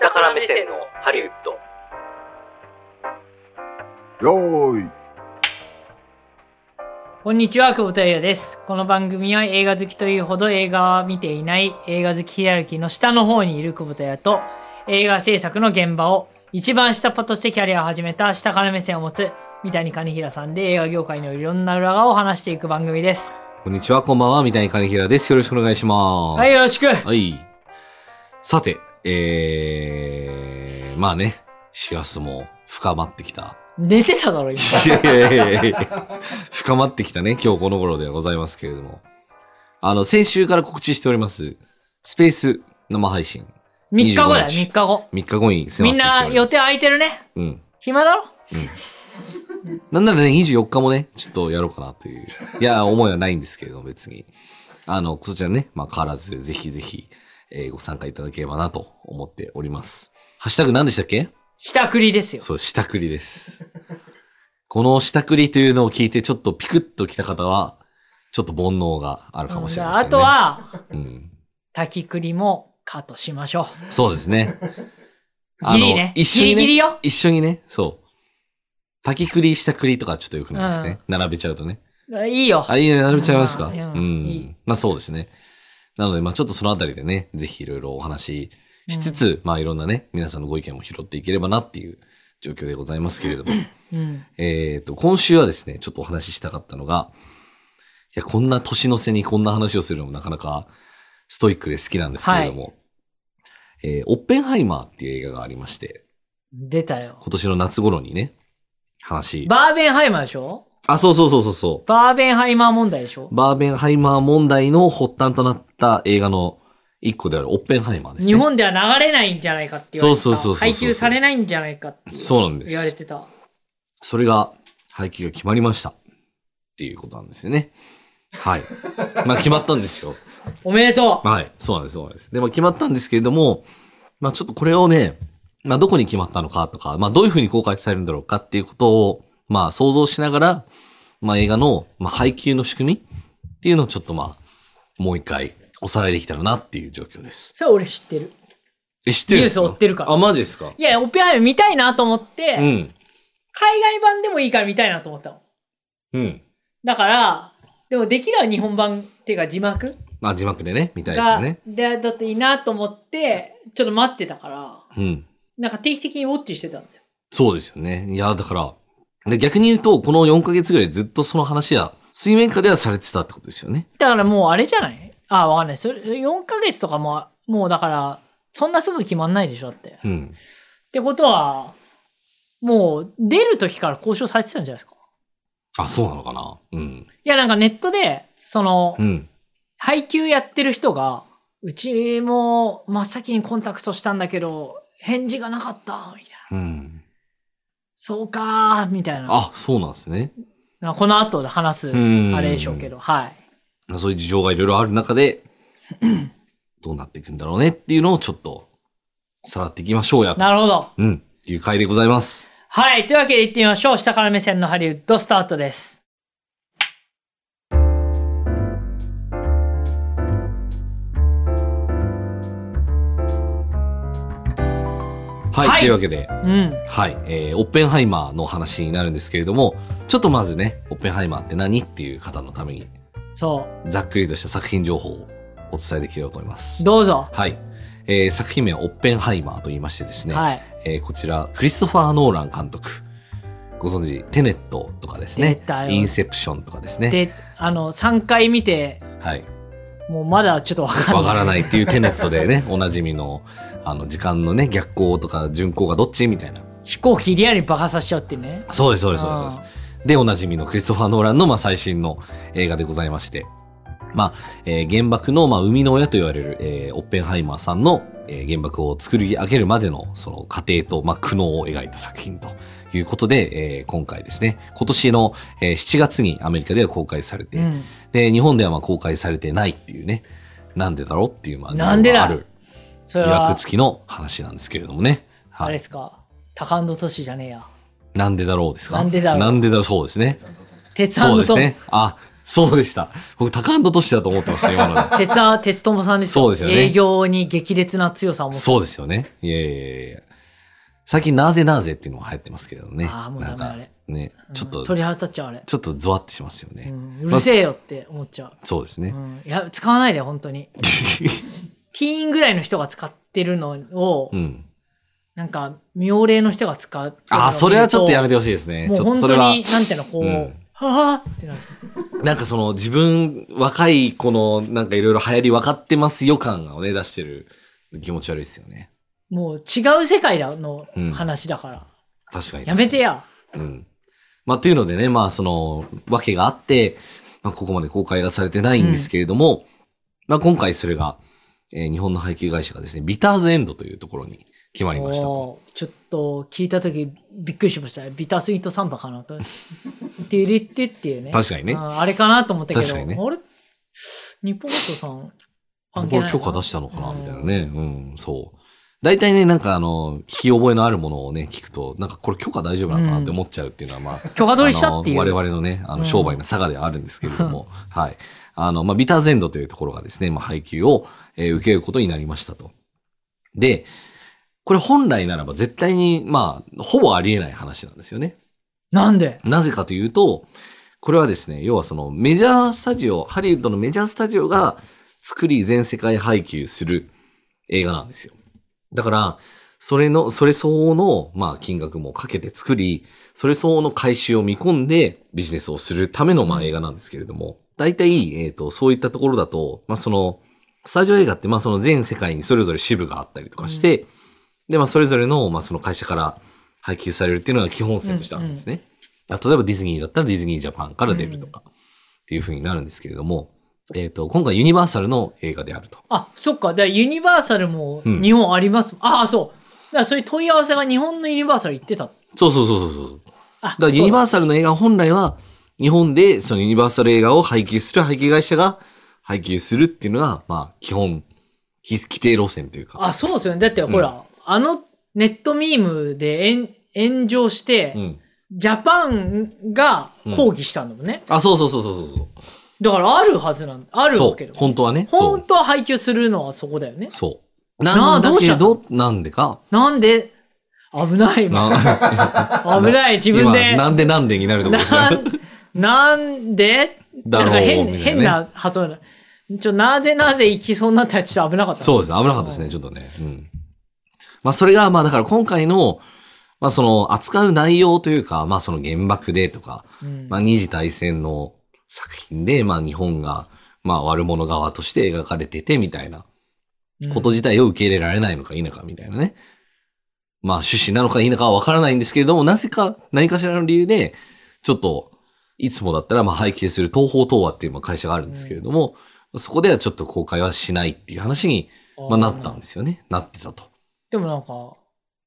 下から目線のハリウッドよーいこんにちは、久保田優也です。この番組は映画好きというほど映画は見ていない映画好きヒエラルキーの下の方にいる久保田優也と映画制作の現場を一番下っ端としてキャリアを始めた下から目線を持つ三谷兼平さんで映画業界のいろんな裏側を話していく番組です。こんにちは、こんばんは、三谷兼平です。よろしくお願いします。はい、よろしく。はい。さて、えー、まあね、師走も深まってきた。 寝てただろ、今。いやいやいやいや深まってきたね、今日この頃ではございますけれども。あの、先週から告知しております、スペース生配信。 3日後だよ、 25日3日後。 3日後に迫みっんてきておりまなす予定空いてるね。うん。暇だろなんならね、24日もね、ちょっとやろうかなという。いや、思いはないんですけれども、別に。あの、こちらね、まあ、変わらず、ぜひぜひ、えーご参加いただければなと思っております。ハッシュタグ何でしたっけ下繰りですよ。そう、下繰りです。この下繰りというのを聞いて、ちょっとピクッときた方は、ちょっと煩悩があるかもしれませんあね。と、は、うん。滝繰りもカットしましょう。そうですね。 ギリねあの一緒に、ギね、リギリよ一緒にね、そう。滝繰り、下繰りとかちょっと良くないですね。並べちゃうとね。いいよ。あ、いいね、並べちゃいますか。ううんん。いいまあそうですね。なので、まあちょっとそのあたりでね、ぜひいろいろお話ししつつ、まあいろんなね、皆さんのご意見も拾っていければなっていう状況でございますけ れども。うん。えっと、今週はですね、ちょっとお話ししたかったのが、いや、こんな年の瀬にこんな話をするのもなかなかストイックで好きなんですけれども、えーオッペンハイマーっていう映画がありまして、出たよ。今年の夏頃にね、話。バーベンハイマーでしょあ、そうそうそうそうそう。バーベンハイマー問題でしょバーベンハイマー問題の発端となった映画の一個であるオッペンハイマーですね。日本では流れないんじゃないかって言われてた。そうそうそうそうそう配給されないんじゃないかってそうなんで言われす。てた。それが、配給が決まりました。っていうことなんですよね。はい。 まあ決まったんですよ。おめでとうはい。そうなんです、そうなんです。で、まあ決まったんですけれども、まあちょっとこれをね、まあどこに決まったのかとか、まあどういうふうに公開されるんだろうかっていうことを、まあ想像しながら、まあ映画の、まあ、配給の仕組みっていうのをちょっとまあ、もう一回おさらいできたらなっていう状況です。それ俺知ってる。え、知ってるんですかニュース追ってるからあ、マジですかいや、オペハイマー見たいなと思って、うん。海外版でもいいから見たいなと思ったの。うん。だから、でもできれば日本版っていうか字幕まあ、字幕でね、みたいですよが、ね。でだといいなと思って、ちょっと待ってたから、うん。なんか定期的にウォッチしてたんだよ。そうですよね。いや、だから、で逆に言うと、この4ヶ月ぐらいずっとその話は、水面下ではされてたってことですよね。だからもうあれじゃないあ、わかんない。それ、4ヶ月とかも、もうだから、そんなすぐ決まんないでしょだって。うん。ってことは、もう出る時から交渉されてたんじゃないですかあ、そうなのかなうん。いや、なんかネットで、そのう、ん。配給やってる人が、うちも真っ先にコンタクトしたんだけど、返事がなかった、みたいな。うん。そうかー、みたいな。あ、そうなんですね。なんかこの後で話す、うんあれでしょうけど、はい。そういう事情がいろいろある中で、どうなっていくんだろうねっていうのをちょっと、さらっていきましょうやと。なるほど。うん。いう回でございます。はい。というわけで行ってみましょう。下から目線のハリウッドスタートです。はい。はいというわけで、うん。はい、えー、オッペンハイマーの話になるんですけれども、ちょっとまずね、オッペンハイマーって何っていう方のために、そざっくりとした作品情報をお伝えできればと思いまう。す。どうぞ。はい。えー、作品名はオッペンハイマーと言いましてですね、はい。えーこちら、クリストファー・ノーラン監督。ご存知、テネットとかです出ねた、よインセプションとかですね、で、あの、3回見て、はい。もうまだちょっとわかんない。わからないっていうテネットでね、おなじみの、あの、時間のね、逆行とか順行がどっちみたいな。飛行機リアルに爆破させちゃうっていうね。そうです、そうです、そうですそうです。でおなじみのクリストファー・ノーランのまあ最新の映画でございまして、まあえー原爆のまあ生みの親と言われる、えーオッペンハイマーさんの、えー原爆を作り上げるまでのその過程と、まあ、苦悩を描いた作品ということで、えー今回ですね今年の、えー7月にアメリカでは公開されて、うんで日本ではまあ公開されてないっていうねなんでだろうっていうまあなんでだ理由がそれある疑は惑、付きの話なんですけれどもね。あはれでい、すか。高ンド都市じゃねえや。なんでだろうですかなんでだろうなんでだろうそうですね。鉄腕そうのですトムね。あ、そうでした。僕、高安都市だと思ってました、今ので。 鉄は鉄友さんですよそうですよね営業に激烈な強さを持つ。そうですよね。いやいやいやいや最近、なぜなぜっていうのが流行ってますけどね。あーもうダメなんあかれね、うんちょっと、鳥肌立っちゃうあれ。ちょっとゾワってしますよね。うんうるせえよって思っちゃう。そうですうね。ん、いや、使わないで、本当に。ティーンぐらいの人が使ってるのを、 うん。なんか、妙齢の人が使うっていうのを見る。ああ、それはちょっとやめてほしいですね。もうちょっと本それ当は。に、なんていうの、こう、うんはぁってなる。なんかその自分、若い子のなんかいろいろ流行り分かってますよ感をね、出してる気持ち悪いですよね。もう違う世界だのうん話だから。確かに。やめてや。うん。まあ、というのでね、まあ、その、わけがあって、まあ、ここまで公開がされてないんですけれども、まあ、今回それが、えー日本の配給会社がですね、ビターズエンドというところに決まりましたと。おーちょっと聞いた時びっくりしましたねビタースイートサンバかなと。デレッテっていうね。確かにねああれかなと思ったけ確ど、かにねあれ日本放送さん関係こなれい許可出したのかなみたいな。ね。うん、そう。大体ね、なんかあの、聞き覚えのあるものをね、聞くと、なんかこれ許可大丈夫なのかなって思っちゃうっていうのは、まあ、許可取りしたっていう。あの我々のね、あうのん商売の差がではあるんですけれ ども、はい。あの、まあ、ビターゼンドというところがですね、まあ、配給を、えー受けることになりましたと。で、これ本来ならば絶対に、まあ、ほぼありえない話なんですよね。なんでなぜかというと、これはですね、要はそのメジャースタジオ、ハリウッドのメジャースタジオが作り全世界配給する映画なんですよ。だから、それの、それ相応の、まあ、金額もかけて作り、それ相応の回収を見込んでビジネスをするための、まあ、映画なんですけれども、大体、えっ、と、そういったところだと、まあ、その、スタジオ映画って、まあ、その全世界にそれぞれ支部があったりとかして、で、まあ、それぞれの、まあ、その会社から配給されるっていうのが基本線としてあるんですね。あ例えばディズニーだったらディズニージャパンから出るとか、っていう風になるんですけれども、えっ、と、今回ユニバーサルの映画であると。あ、そっか。だからユニバーサルもうん日本あります。ああ、そう。だからそういう問い合わせが日本のユニバーサル行ってた。そうそうそうそうそう。あ、だからユニーバーサルの映画本来は、日本でそのユニバーサル映画を配給する配給会社が配給するっていうのが、まあ、基本、き規定路線というか。あ、そうですよね。だってほら、あのネットミームで炎炎上して、うん。ジャパンが抗議したんだもんね。あ、そうそうそうそうそうそう。だからあるはずなんあるわそけだう。もん本当はね。そ本う。当は配給するのはそこだよね。そう。ななあんだどうしけちゃったど、なんでか。なんで、危ない、今な危ない、自分で。今なんでなんでになるところでしたな。ん、なんでだろなうんか変、みたいなね変な発想だ。ちょ、なぜなぜ行きそうになったらちょっと危なかった。そうですね。危なかったですね、ちょっとね。うん。まあ、それが、まあ、だから今回の、まあ、その、扱う内容というか、まあ、その原爆でとか、うん。まあ、二次大戦の作品で、まあ、日本が、まあ、悪者側として描かれてて、みたいなうん。こと自体を受け入れられないのか否か、みたいなね。まあ、趣旨なのか否かはわからないんですけれども、なぜか、何かしらの理由で、ちょっと、いつもだったら、まあ、配給する東方東和っていうまあ会社があるんですけれども、そこではちょっと公開はしないっていう話に、まあ、なったんですすよね。なってたと。でもなんか、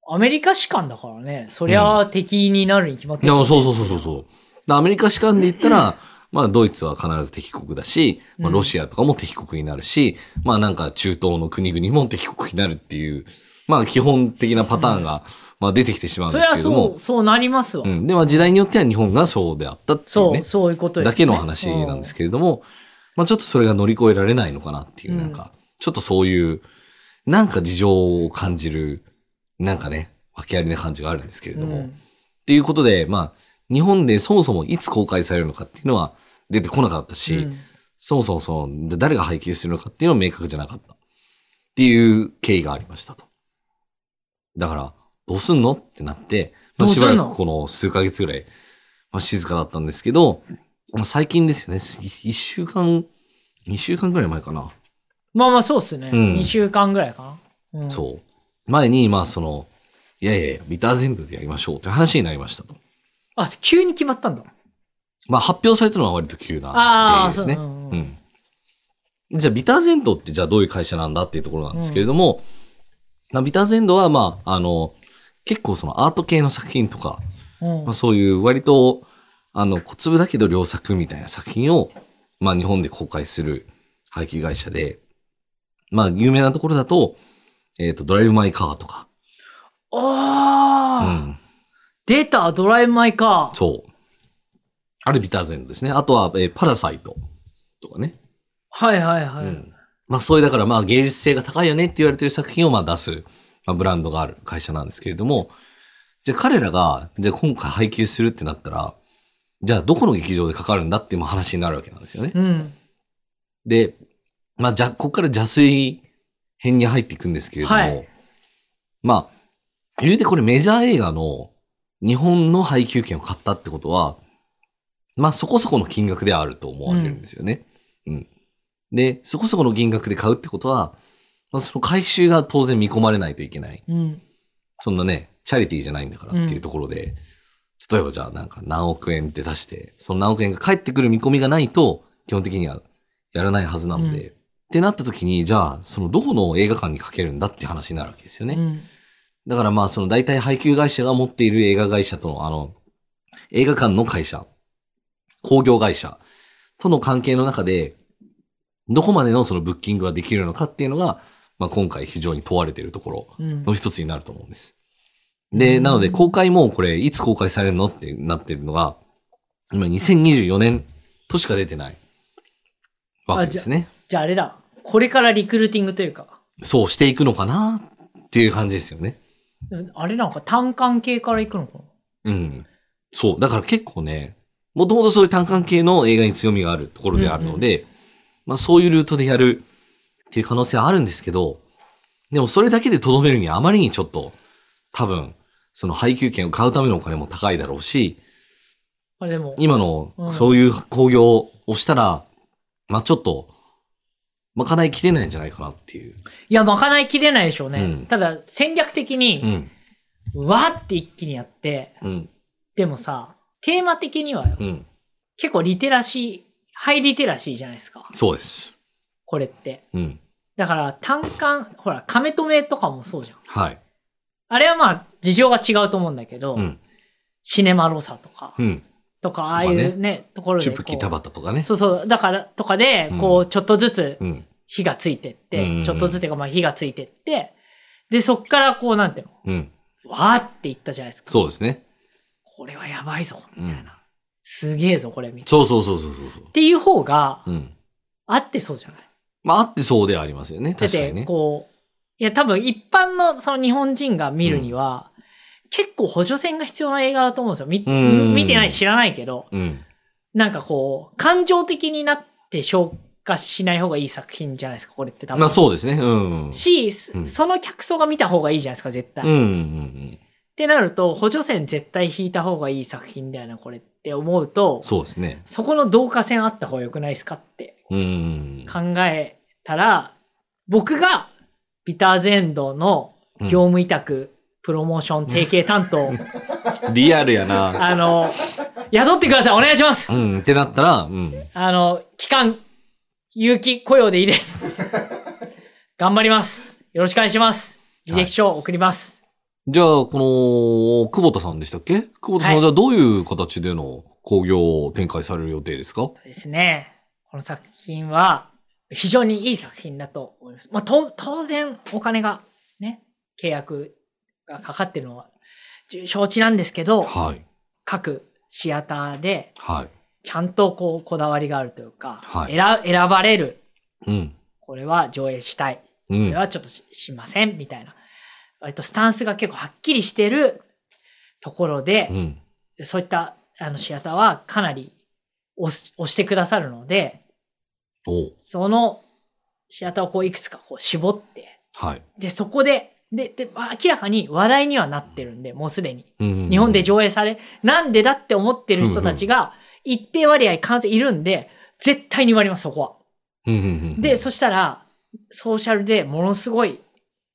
アメリカ士官だからね、そりゃ敵になるに決まっているや、そうそうそうそうそう。だからアメリカ士官で言ったら、まあ、ドイツは必ず敵国だし、まあ、うんロシアとかも敵国になるし、まあ、なんか中東の国々も敵国になるっていう、まあ、基本的なパターンが、まあ、出てきてしまうんそでりすけゃれどそもう、。そうなりますわ。うん。で、まあ、時代によっては日本がそうであったっていうそう、ね、そういうことです、ね。だけの話なんですけれども、まあ、ちょっとそれが乗り越えられないのかなっていう、うんなんか、ちょっとそういう、なんか事情を感じる、なんかね、訳ありな感じがあるんですけれうどんも、っていうことで、まあ、日本でそもそもいつ公開されるのかっていうのは出てこなかったし、うんそもそもその誰が配給するのかっていうのは明確じゃなかったっていう経緯がありましたと。だから、どうすんのってなって、まあ、どうしすんのばらくこの数ヶ月ぐらい、まあ、静かだったんですけど、まあ、最近ですよね、す一週間、二週間ぐらい前かな。まあまあそうっすね。う二ん2週間ぐらいかな。うんそう。前に、まあその、いやいやいや、ビター全部でやりましょうという話になりましたと。あ、急に決まったんだ。まあ発表されたのは割と急なああ、経緯ですそうね。うんうんうん。じゃあ、ビターゼントってじゃあどういう会社なんだっていうところなんですけれども、まあ、ビターゼントは、まあ、あの、結構そのアート系の作品とか、うんまあ、そういう割と、あの、小粒だけど良作みたいな作品を、まあ、日本で公開する配給会社で、まあ、有名なところだと、えっ、と、ドライブ・マイ・カーとか、うああ、ん、出た、ドライブ・マイ・カー。そう。アルビターゼンドですね。あとは、えーパラサイトとかね。はいはいはい。うん。まあ、そういう、だからまあ、芸術性が高いよねって言われてる作品をまあ出す、まあ、ブランドがある会社なんですけれども、じゃあ彼らが、じゃあ今回配給するってなったら、じゃあどこの劇場でかかるんだっていう話になるわけなんですよね。うん。で、まあ、じゃ、ここから邪水編に入っていくんですけれども、はいまあ、言うてこれメジャー映画の日本の配給権を買ったってことは、まあそこそこの金額ではあると思われるんですよね。うん。で、そこそこの金額で買うってことは、まあ、その回収が当然見込まれないといけない。うん。そんなね、チャリティーじゃないんだからっていうところで、例えばじゃあなんか何億円って出して、その何億円が返ってくる見込みがないと、基本的にはやらないはずなので、うってなった時に、じゃあ、そのどこの映画館にかけるんだって話になるわけですよね。うん。だからまあ、その大体配給会社が持っている映画会社との、あの、映画館の会社、工業会社との関係の中で、どこまでのそのブッキングができるのかっていうのが、まあ今回非常に問われているところうんの一つになると思うんです。で、なので公開もこれ、いつ公開されるのってなってるのが、今2024年としか出てないわけですね。じゃああれだ。これからリクルーティングというか、そうしていくのかなっていう感じですよね。あれなんか単管系から行くのかうん。そう。だから結構ね、もともとそういう単管系の映画に強みがあるところであるので、まあそういうルートでやるっていう可能性はあるんですけど、でもそれだけでとどめるにはあまりにちょっと、多分、その配給権を買うためのお金も高いだろうし、なあれでも、今のうんそういう興行をしたら、まあちょっと、まかないきれないんじゃないかなっていう。いや、まかないきれないでしょうね。うんただ、戦略的うに、ん。わーって一気にやって、うん。でもさ、テーマ的にはようん。結構リテラシー、ハイリテラシーじゃないですか。そうです。これって。うん。だから、単管、ほら、亀止めとかもそうじゃん。はい。あれはまあ、事情が違うと思うんだけど、うん。シネマロサとか、うん。とか、ああいうね、ところでチこュう。プキタバタとかね。そうそう、だから、とかでうん、こう、ちょっとずつうん。火がついてっうんうんうて、んちょっとずつてか、まあ火がついてって、で、そっからこう、なんていううん。の、わーっていったじゃないですか。そうですね。これはやばいぞ、うんみたいな。すげえぞ、これ、みたいな。そうそうそうそうそうそう。っていう方が、うん。合ってそうじゃないまあ、あってそうではありますよね。だっ確かてにね。こう、いや、多分一般のその日本人が見るには、結構補助線が必要な映画だと思うんですよ。みうん見てない、知らないけど、うん。なんかこう、感情的になって消化しない方がいい作品じゃないですか、これって多分。まあ、そうですね。うん。し、うんその客層が見た方がいいじゃないですか、絶対。うん。うっんうん。てなると、補助線絶対引いた方がいい作品だよな、これって思うと、そそうですね。この同化線あった方が良くないですかってうん。考えたら、僕がビターズエンドの業務委託、プロモーション提携担 当、リアルやな。 あの、雇ってください、お願いしますうん。ってなったら、うん。あの、期間、有期雇用でいい です。頑張ります。よろしくお願いします。履歴書を送ります。じゃあ、この、久保田さんでしたっけ久保田さんはいは、じゃあどういう形での興行を展開される予定ですかですね。この作品は、非常にいい作品だと思います。まあ、と当然、お金が、ね、契約がかかってるのは、承知なんですけど、はい。各シアターで、はい。ちゃんとこう、こだわりがあるというか、はい選選ばれる。うん。これは上映したい。うこれん。はちょっとししません。みたいな。割とスタンスが結構はっきりしてるところでう、ん。そういったあのシアターはかなり押し押してくださるので、おうそのシアターをこういくつかこう絞って、はい。で、そこで、で、で、まあ明らかに話題にはなってるんで、もうすでに。うん日本で上映され、なんでだって思ってる人たちが一定割合関数いるんで、絶対に割ります、そこは。うんうんうん。で、そしたら、ソーシャルでものすごい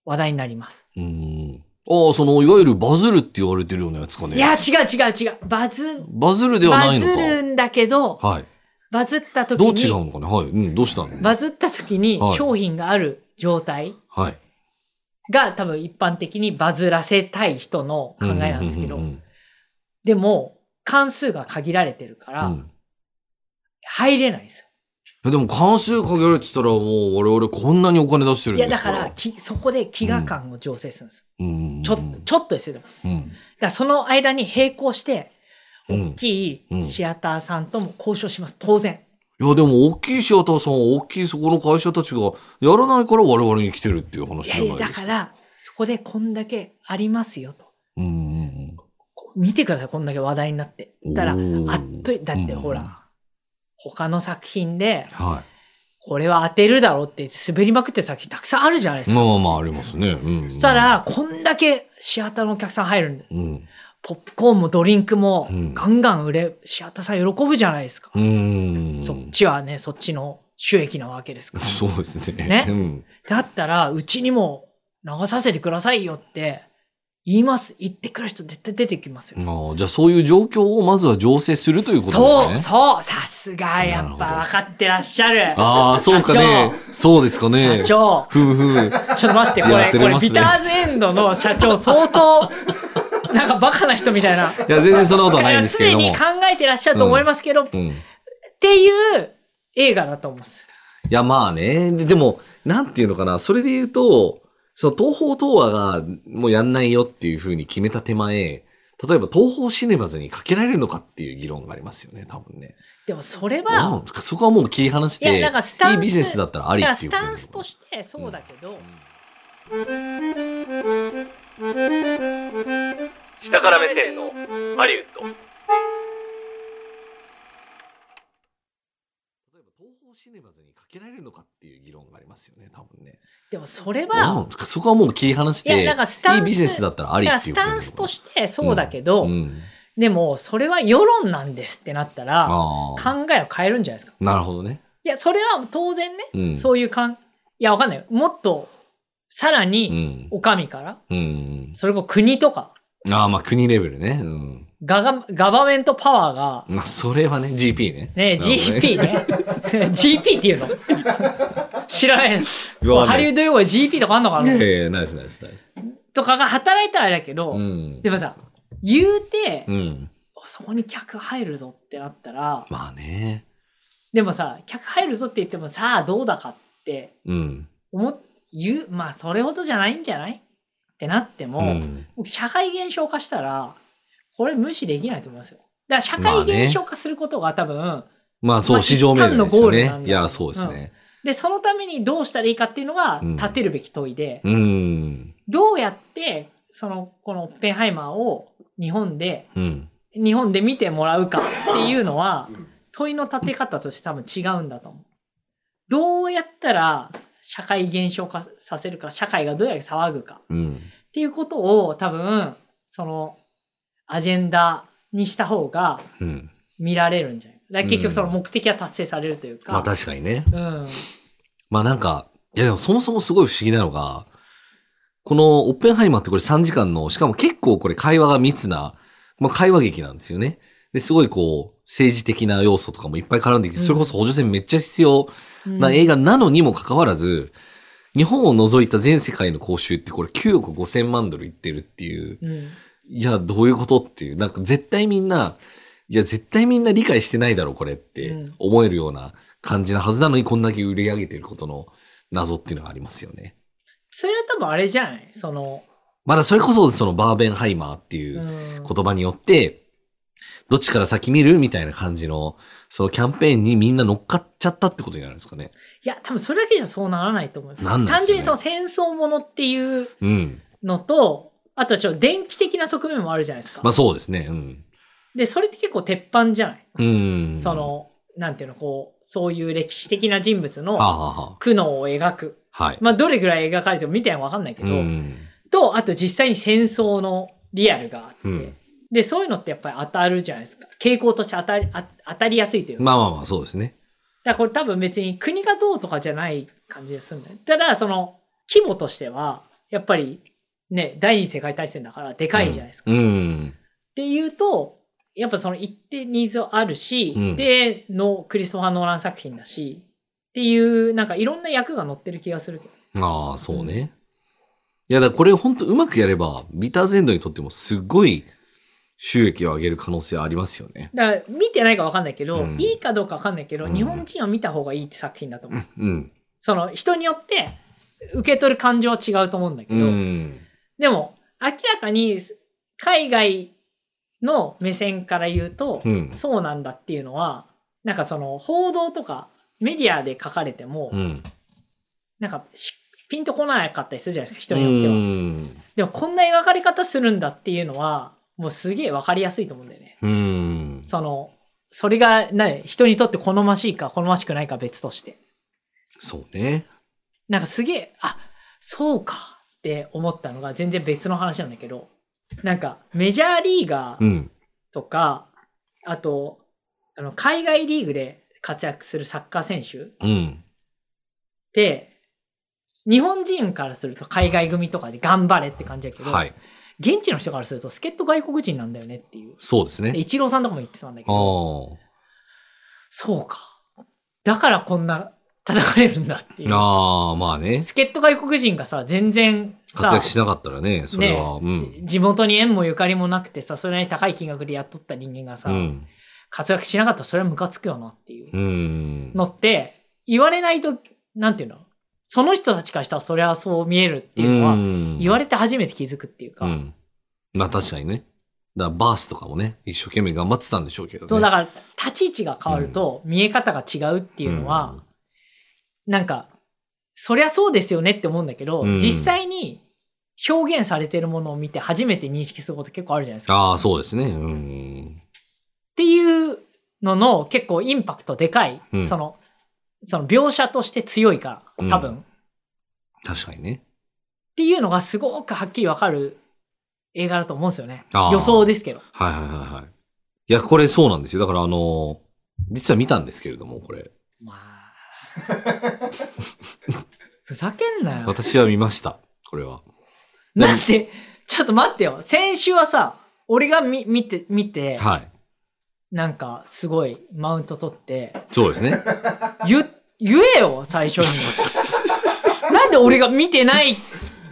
話題になります。うん。ああ、その、いわゆるバズるって言われてるようなやつかね。いや、違う違う違う。バズ、バズるではなバいのズか。るんだけど、はい。バズった時どう違に、うのかねはい。うん、どうしたのバズった時にはい商品がある状態はい。が多分一般的にバズらせたい人の考えなんですけどう、んでも、関数が限られてるかうんうんら、入れないんですよ。えでも、関数かけられてたら、もう、我々こんなにお金出してるんいや、でだすか。からら、きそこで飢餓感を醸成するんです。うんうんうんちょっと、ちょっとですよ。でもだかうんらその間に並行して、うん大きうんいシアターさんとも交渉します。当然。いや、でも大きいシアターさん、大きいそこの会社たちがやらないから我々に来てるっていう話いじゃやないいや、でだすか。から、そこでこんだけありますよと。うんうんこう見てください、こんだけ話題になって。おーたら、あっとい、だってほら、うん他の作品で、うん。はこれは当てるだろうって言って滑りまくってる作品たくさんあるじゃないですい。か。まあまあ、ありますね。うん。そした、ら、こんだけシアターのお客さん入るんで、うん。ポップコーンもドリンクもうんガンガン売れ、シアターさん喜ぶじゃないですか。うん。そっちはね、そっちの収益なわけですから。そうですね。ねうん。だったら、うちにも流させてくださいよって言います。言ってくる人絶対出てきますよ。まあ、じゃあそういう状況をまずは醸成するということですそう、ね。そう、さすが、やっぱ分かってらっしゃる。ああ、そうかね。そうですかね。社長。ふうふう。ちょっと待って、こいやれ、照これれ、ますねビターズエンドの社長、相当、なんかバカな人みたいな。いや、全然そんなことはないんですけれ常どにも考。えてらっしゃると思いますけど、っうん。いていう映画だと思うんです。や、まあね。ででも、なんていうのかな。それで言うと、その東方東和がもうやんないよっていうふうに決めた手前、例えば東方シネマズにかけられるのかっていう議論がありますよね、多分ね。でも、それどうなはん、ですかそこはもう切り離しいて、いやなんかスタンスいビジネスだったらあだりかっらてスいうことタンですスとしてそうだけど、下から目線のハリウッド例えば東方シネマズにかけられるのかっていう議論がありますよね、多分ね。でもそれどうなはん、ですかそこはもう切り離しいやて、なんかスタンスいいビジネスだったらあだりかっらてスいうことタンですスよねとしてそうだけど、うんでも、それは世論なんですってなったら、ああ。考えを変えるんじゃないですか。なるほどね。いや、それは当然ね、うんそういうかん、いや、わかんないよ。もっと、さらうに、ん。お上から、うん。それこそ国とか、ああ、まあ国レベルね。うん。ガガ、ガバメントパワーが、まあそれはね、GP ね。ね、なるほど GP ね。GP っていうの知らない。わかんないハリウッド用語で GP とかあんのかいやないやいや、ナイスナイスナイス。とかが働いたらあれだけど、うんで。もさ、言うて、うん。そこに客入るぞってなったら、まあね。でもさ、客入るぞって言ってもさあどうだかってうん。思っ、言う、まあそれほどじゃないんじゃないってなっても、うん。僕社会現象化したら、これ無視できないと思いますよ。だから社会現象化することが多分、まあまそあう、市場面ですよ一旦のゴールなんね。だいや、そうですね。で、そのためにどうしたらいいかっていうのがうん立てるべき問いで、うん。どうやって、その、このオッペンハイマーを日本で、うん。日本で見てもらうかっていうのは、問いの立て方として多分違うんだと思う。どうやったら社会現象化させるか、社会がどうやら騒ぐかうん。っていうことを多分、その、アジェンダにした方がうん。見られるんじゃないだから結う局んその目的は達成されるというか。まあ確かにね。うん。まあなんか、いやでもそもそもすごい不思議なのが、このオッペンハイマーってこれ3時間の、しかも結構これ会話が密な、まあ会話劇なんですよね。で、すごいこう、政治的な要素とかもいっぱい絡んできて、うんそれこそ補助線めっちゃ必要なうん映画なのにもかかわらず、日本を除いた全世界の公衆ってこれ9億5千万ドルいってるっていう、うん。いや、どういうことっていう、なんか絶対みんな、いや、絶対みんな理解してないだろ、これってうん思えるような感じなはずなのに、こんだけ売り上げてることの謎っていうのがありますよね。それは多分あれじゃないその、まだそれこそ、そのバーベンハイマーっていううん言葉によって、どっちから先見るみたいな感じの、そのキャンペーンにみんな乗っかっちゃったってことになるんですかね。いや、多分それだけじゃそうならないと思う。なんなんですかね単純にその戦争ものっていううん。のと、あとはちょっと電気的な側面もあるじゃないですか。まあそうですね。うん。で、それって結構鉄板じゃない、うん。そ、の、なんていうの、こう、そういう歴史的な人物はのあ、はあは苦悩を描く。あ、はい。まあ、どれぐらい描かれても見てはわかんないけうど、ん。と、あと実際に戦争のリアルがあって、うんで、そういうのってやっぱり当たるじゃないですか。傾向として当たり、あ当たりやすいというかまあまあまあ、そうですね。だからこれ多分別に国がどうとかじゃない感じがするんだよ。ただその規模としてはやっぱりね第二次世界大戦だからでかいじゃないですか。うっん。ていうとやっぱその一定ニーズはあるし、うんでのクリストファー・ノーラン作品だしっていうなんかいろんな役が乗ってる気がするけど。ああ、そうね。いや、だからこれ本当うまくやれば、ビターズエンドにとってもすごい収益を上げる可能性ありますよね。だから見てないか分かんないけど、うんいいかどうか分かんないけど、うん日本人は見た方がいいって作品だと思う。うん。その人によって受け取る感情は違うと思うんだけうど、ん。でも、明らかに海外の目線から言うと、うんそうなんだっていうのはなんかその報道とかメディアで書かれても、うん。なんかしピンとこなかったりするじゃないですか人うによっては。ん。でもこんな描かれ方するんだっていうのはもうすげえ分かりやすいと思うんだよね。うん。そのそれがない人にとって好ましいか好ましくないか別として。そうね。なんかすげえ、あ、そうかって思ったのが全然別の話なんだけど、なんかメジャーリーガうーん。とか、あと、あの、海外リーグで活躍するサッカー選手っうん。て、日本人からすると海外組とかで頑張れって感じだけど、はい。現地の人からすると助っ人外国人なんだよねっていう。そうですでね。イチローさんとかも言ってたんだけあど、あ。そうか。だからこんな叩かれるんだっていう。ああ、まあね。助っ人外国人がさ、全然さ、活躍しなかったらね、それは。ねじ地元に縁もゆかりもなくてさそれなりに高い金額で雇った人間がさ、うん。活躍しなかったらそれはムカつくよなっていううん。うん。のって言われないとなんていうのその人たちからしたらそれはそう見えるっていうのは、言われれて初めて気づくっていうか、うん。まあ確かにね。だからバースとかもね、一生懸命頑張ってたんでしょうけどね。とだから立ち位置が変わると見え方が違うっていうのは、なんかそりゃそうですよねって思うんだけど、うん実際に表現されてるものを見て初めて認識すること結構あるじゃないですか。ああ、そうですね。うん。っていうのの結構インパクトでかい、うんそのその描写として強いから多分、うんっ確かにね。ていうのがすごくはっきりわかる映画だと思うんですよねあー予想ですけどはいはいはいはい。いや、これそうなんですよ。だからあの、実は見たんですけれども、これ。ま あふざけんなよ私は見ました。これは。なんでちょっと待ってよ先週はさ俺が見見て見て、はい。なんかすごいマウント取ってそうですね。言言えよ最初になんで俺が見てない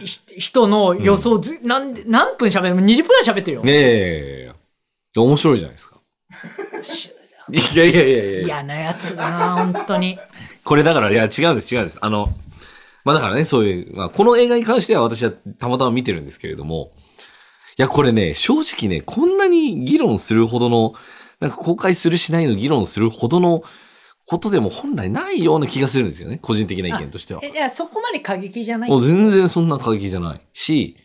ひ人の予想ず、なんで何分喋る ?20 分ぐらい喋ってるよ、ねえ。面白いじゃないですか。いやいやいやいやいや。嫌なやつだな本当にこれだから、いや、違うんです、違うんです。あの、まあだからね、そういう、まあこの映画に関しては私はたまたま見てるんですけれども、いや、これね、正直ね、こんなに議論するほどの、なんか公開するしないの議論するほどのことでも本来ないような気がするんですよね、個人的な意見としてはえ。いやそこまで過激じゃないもう全然そんな過激じゃないし、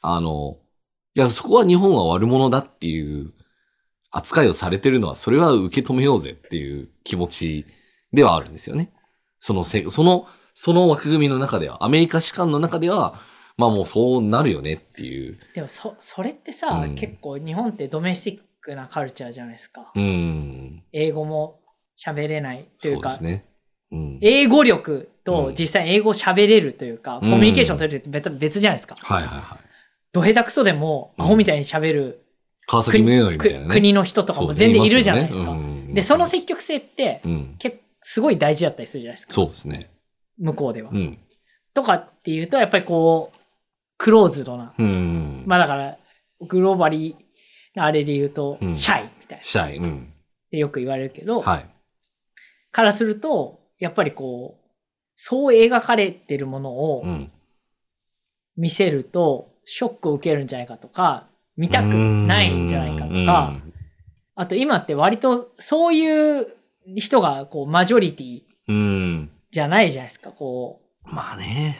あの、いや、そこは日本は悪者だっていう扱いをされてるのは、それは受け止めようぜっていう気持ちではあるんですよね。そのせ、その、その枠組みの中では、アメリカ士官の中では、まあもうそうなるよねっていう。でもそそれってさ、うん結構日本ってドメスティックなカルチャーじゃないですかうん。英語も喋れないといそううでかすね。うん。英語力とうん実際英語喋れるというか、うんコミュニケーション取れるって別別じゃないですか。はいはいはい。ど下手くそでもアホみたいに喋る川崎国,宗く、則みたいなね。国の人とかそうもね全然いるじゃないですか。ますよねうんでその積極性ってうん。結すごい大事だったりするじゃないですかそうですね。向こうでは。うん。とかっていうとやっぱりこうクローズドなうん。まあだからグローバリーなあれで言うと、うんシャイみたいなっしたい。うん。てよく言われるけど、はい。からするとやっぱりこうそう描かれてるものをうん。見せるとショックを受けるんじゃないかとか見たくないんじゃないかとか。あと今って割とそういう人がこうマジョリティうん。うん。じゃないじゃないですか。こまあね。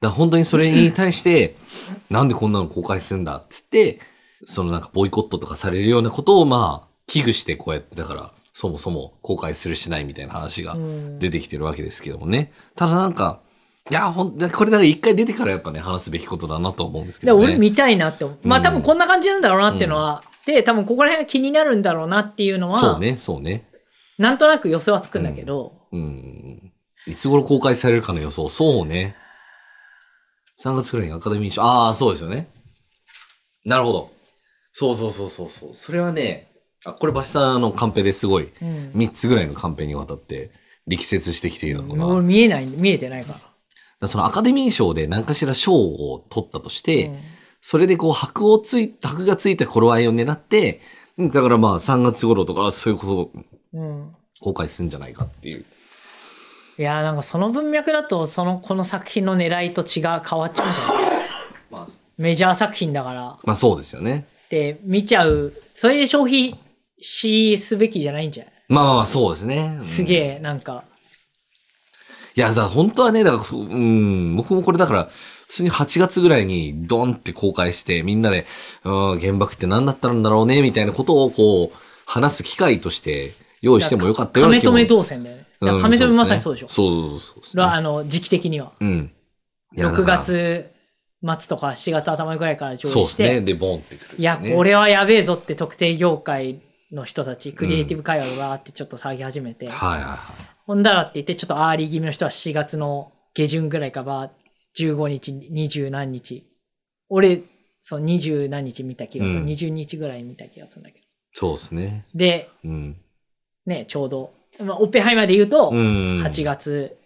だから本当にそれに対して、 なんでこんなの公開するんだっつって、そのなんかボイコットとかされるようなことをまあ、危惧してこうやって、だから、そもそも公開するしないみたいな話がう。うん出てきてるわけですけどもね。ただなんか、いや、ほん、これだから一回出てからやっぱね、話すべきことだなと思うんですけでどね。俺見たいなって思う。まあうん多分こんな感じなんだろうなっていうのは、で、多分ここら辺が気になるんだろうなっていうのそうは、ね、そうね。なんとなく予想はつくんだけど、うん。いつ頃公開されるかの予想。そうね。3月くらいにアカデミー賞。ああ、そうですよね。なるほど。そうそうそうそうそう。それはね、あ、これ橋さんのカンペですごい、うん3つぐらいのカンペにわたって力説してきているのかな。だもうか見えない、見えてないからそのアカデミー賞で何かしら賞を取ったとして、ら。うんそれでこう、箔をつい、箔がついた頃合いを狙って、うんだからまあ3月頃とか、そういうことうん。公開するんじゃないかっていう。いやーなんかその文脈だと、その、この作品の狙いと違う、変わっちゃうんじゃないまあ、メジャー作品だから、まあそうですよね。って見ちゃう、それで消費しすべきじゃないんじゃないまあまあまあ、そうですね。うんすげえ、なんか。いや、だから本当はね、だからそう、うん、僕もこれだから、普通に8月ぐらいにドンって公開して、みんなで、うん、原爆って何だったんだろうね、みたいなことをこう、話す機会として用意してもよかったような亀気も止め動線だよね。だから亀止めまさにそうでしょ。そうそうそうそう、あの、時期的には。うん。いや6。月末とか7月頭ぐらいから上だか映らそうでしすて、ね。で、ボンってくる、いや、こ。れはやべえぞって特定業界の人たち、クリエイティブ界隈がわーってちょっと騒ぎ始めて、はいはいはい。ほんだらって言って、ちょっとアーリー気味の人は4月の下旬ぐらいかば、15日、20何日。俺、そう、20何日見た気がする。うん20日ぐらい見た気がするんだけど。そうですね。で、うん。ね、ちょうど、まあ、オッペンハイマーで言うと、うん。 8月、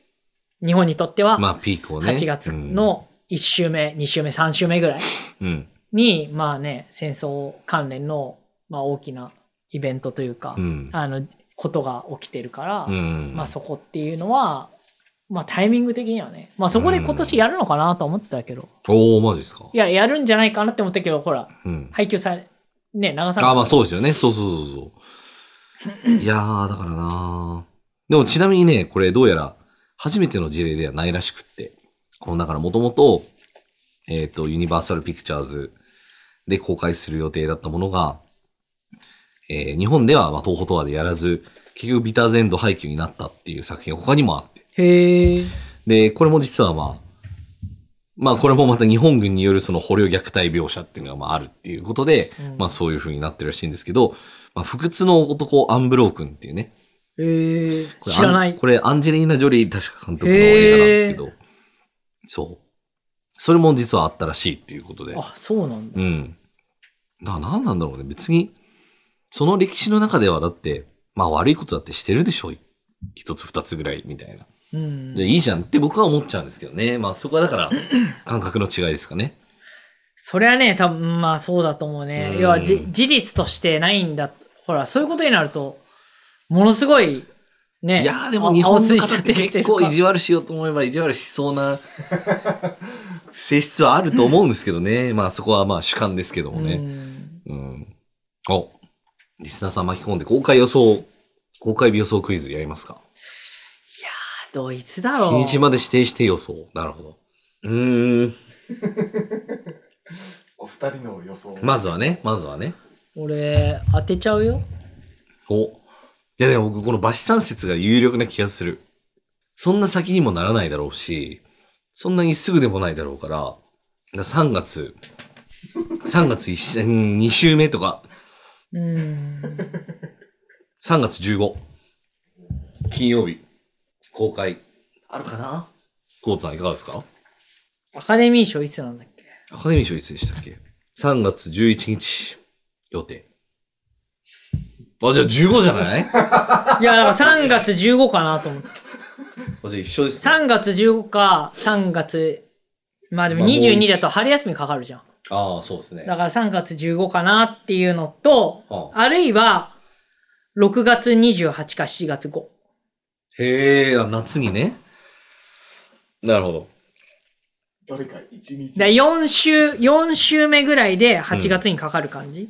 日本にとっては、まあ、ピークをね。 8月の1週目、2週目、3週目ぐらいうん、うん。に、まあね、戦争関連の、まあ大きなイベントというか、うんあの、ことが起きてるから、うん。まあそこっていうのは、まあタイミング的にはね、まあそこで今年やるのかなと思ってたけど、おー、マジですかい。や、やるんじゃないかなって思ったけど、ほら、うん。配給され、ね、長さあ、まあそうですよね。そうそうそう そう。いやー、だからなーでもちなみにね、これどうやら初めての事例ではないらしくって。このだからもともと、えっ、と、ユニバーサルピクチャーズで公開する予定だったものが、えー日本ではまあ東宝とはでやらず、結局ビターゼンド廃棄になったっていう作品が他にもあって。へえ。で、これも実はまあ、まあこれもまた日本軍によるその捕虜虐待描写っていうのがまああるっていうことで、うんまあそういう風になってるらしいんですけど、まあ不屈の男アンブロー君っていうね、へえ。これ知らない。あんこれアンジェリーナ・ジョリー確か監督の映画なんですけど、そう。それも実はあったらしいっていうことで。あ、そうなんだ。うん。だから何なんだろうね。別に、その歴史の中ではだって、まあ悪いことだってしてるでしょ。一つ二つぐらいみたいな。うん。でいいじゃんって僕は思っちゃうんですけどね。まあそこはだ から、感覚の違いですかね。それはね、多分まあそうだと思うね。うん要はじ事実としてないんだ。ほら、そういうことになると、ものすごい、ね。いやーでも日本青筋の立方ってるとい結うか構意地悪しようと思えば意地悪しそうな性質はあると思うんですけどね。まあそこはまあ主観ですけどもうね。んうん。お、リスナーさん巻き込んで公開予想、公開日予想クイズやりますか。あどいつだろう。日にちまで指定して予想。なるほど。うーん。お二人の予想。まずはね、まずはね。俺、当てちゃうよ。お。いやでも僕このバシ三節が有力な気がする。そんな先にもならないだろうし、そんなにすぐでもないだろうから、だから3月、3月1、2週目とか、うん。 3月15、金曜日、公開。あるかなコーツさんいかがですかアカデミー賞いつなんだっけアカデミー賞いつでしたっけ ?3 月11日、予定。あ、じゃあ15じゃ ないあ、じゃあいや、だから3月15かなと思って。一緒ですね。 3月15か、3月、まあでもまあもう一22だと春休みかかるじゃん。ああ、そうですね。だから3月15かなっていうのと、はあるいは、6月28か7月5。へえ、あ夏にね。なるほど。どれか一日。だ4週、4週目ぐらいで8月にかかる感じ、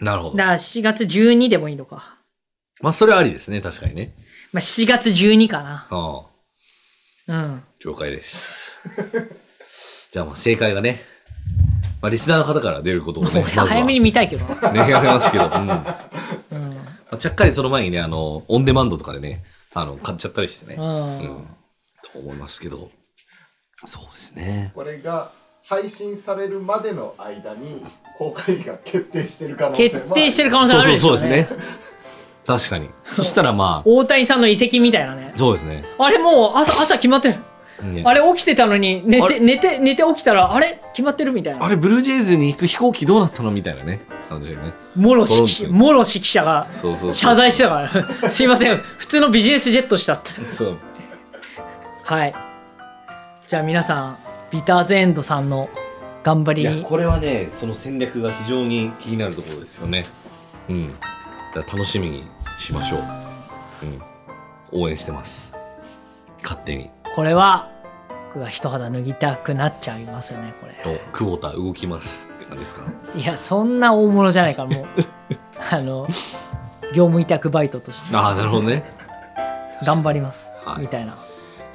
なるほどだ。から7月12でもいいのか。まあ、それはありですね。確かにね。まあ、7月12かな。ああ、うん。了解です。 じゃあ、まあ、正解がね、まあ、リスナーの方から出ることをね、まずは 早めに見たいけどな。願いますけど、うん。まうん。あ、ちゃっかりその前にね、あの、オンデマンドとかでね、あの、買っちゃったりしてね、うん。と思いますけど、そうですね。これが配信されるまでの間に公開日が決定してる可能性もある決定してる可能性そうあるそうでしそょ、うね。ですね。確かに。そしたらま大谷さんの移籍みたいなねあ、。そうですね。あれもう朝、朝決まってる。ねあれ起きてたのに、寝あて、れ寝て、寝て起きたら、あれ決まってるみたいあな。れ、ブルージェイズに行く飛行機どうなったのみたいなね、感じでね。もろ指揮トロン者、トもろ指揮者がそうそうそう謝罪してたから。 すいません。普通のビジネスジェットしたって。そう。はい。じゃあ皆さん、ビターズエンドさんの頑張いりや、に。これはね、その戦略が非常に気になるところですよね。うん。だから楽しみにしましょう。うん。応援してます。勝手に。これは、僕が一肌脱ぎたくなっちゃいますよねこれとクォーター動きますって感じですかいやそんな大物じゃないから もうあの業務委託バイトとしてああなるほどね頑張ります、はいみたいな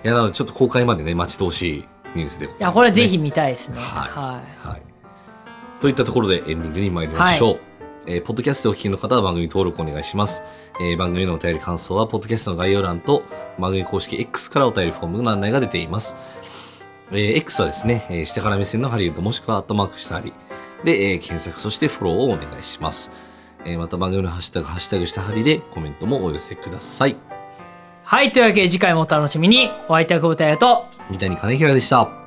いやなのでちょっと公開までね待ち遠しいニュースでございます、いね、やこれはぜひ見たいですねはいははい。といったところでエンディングに参りましょう。えーポッドキャストをお聞きの方は番組登録お願いします。えー番組へのお便り感想は、ポッドキャストの概要欄と、番組公式 X からお便りフォームの案内が出ています。えー X はですね、えー下から目線のハリウッドもしくはアットマークしたりで、えー検索、そしてフォローをお願いします。えーまた番組のハッシュタグ、ハッシュタグしたハリでコメントもお寄せください。はいというわけで次回もお楽しみにお相手は久保田彩と三谷金平でした。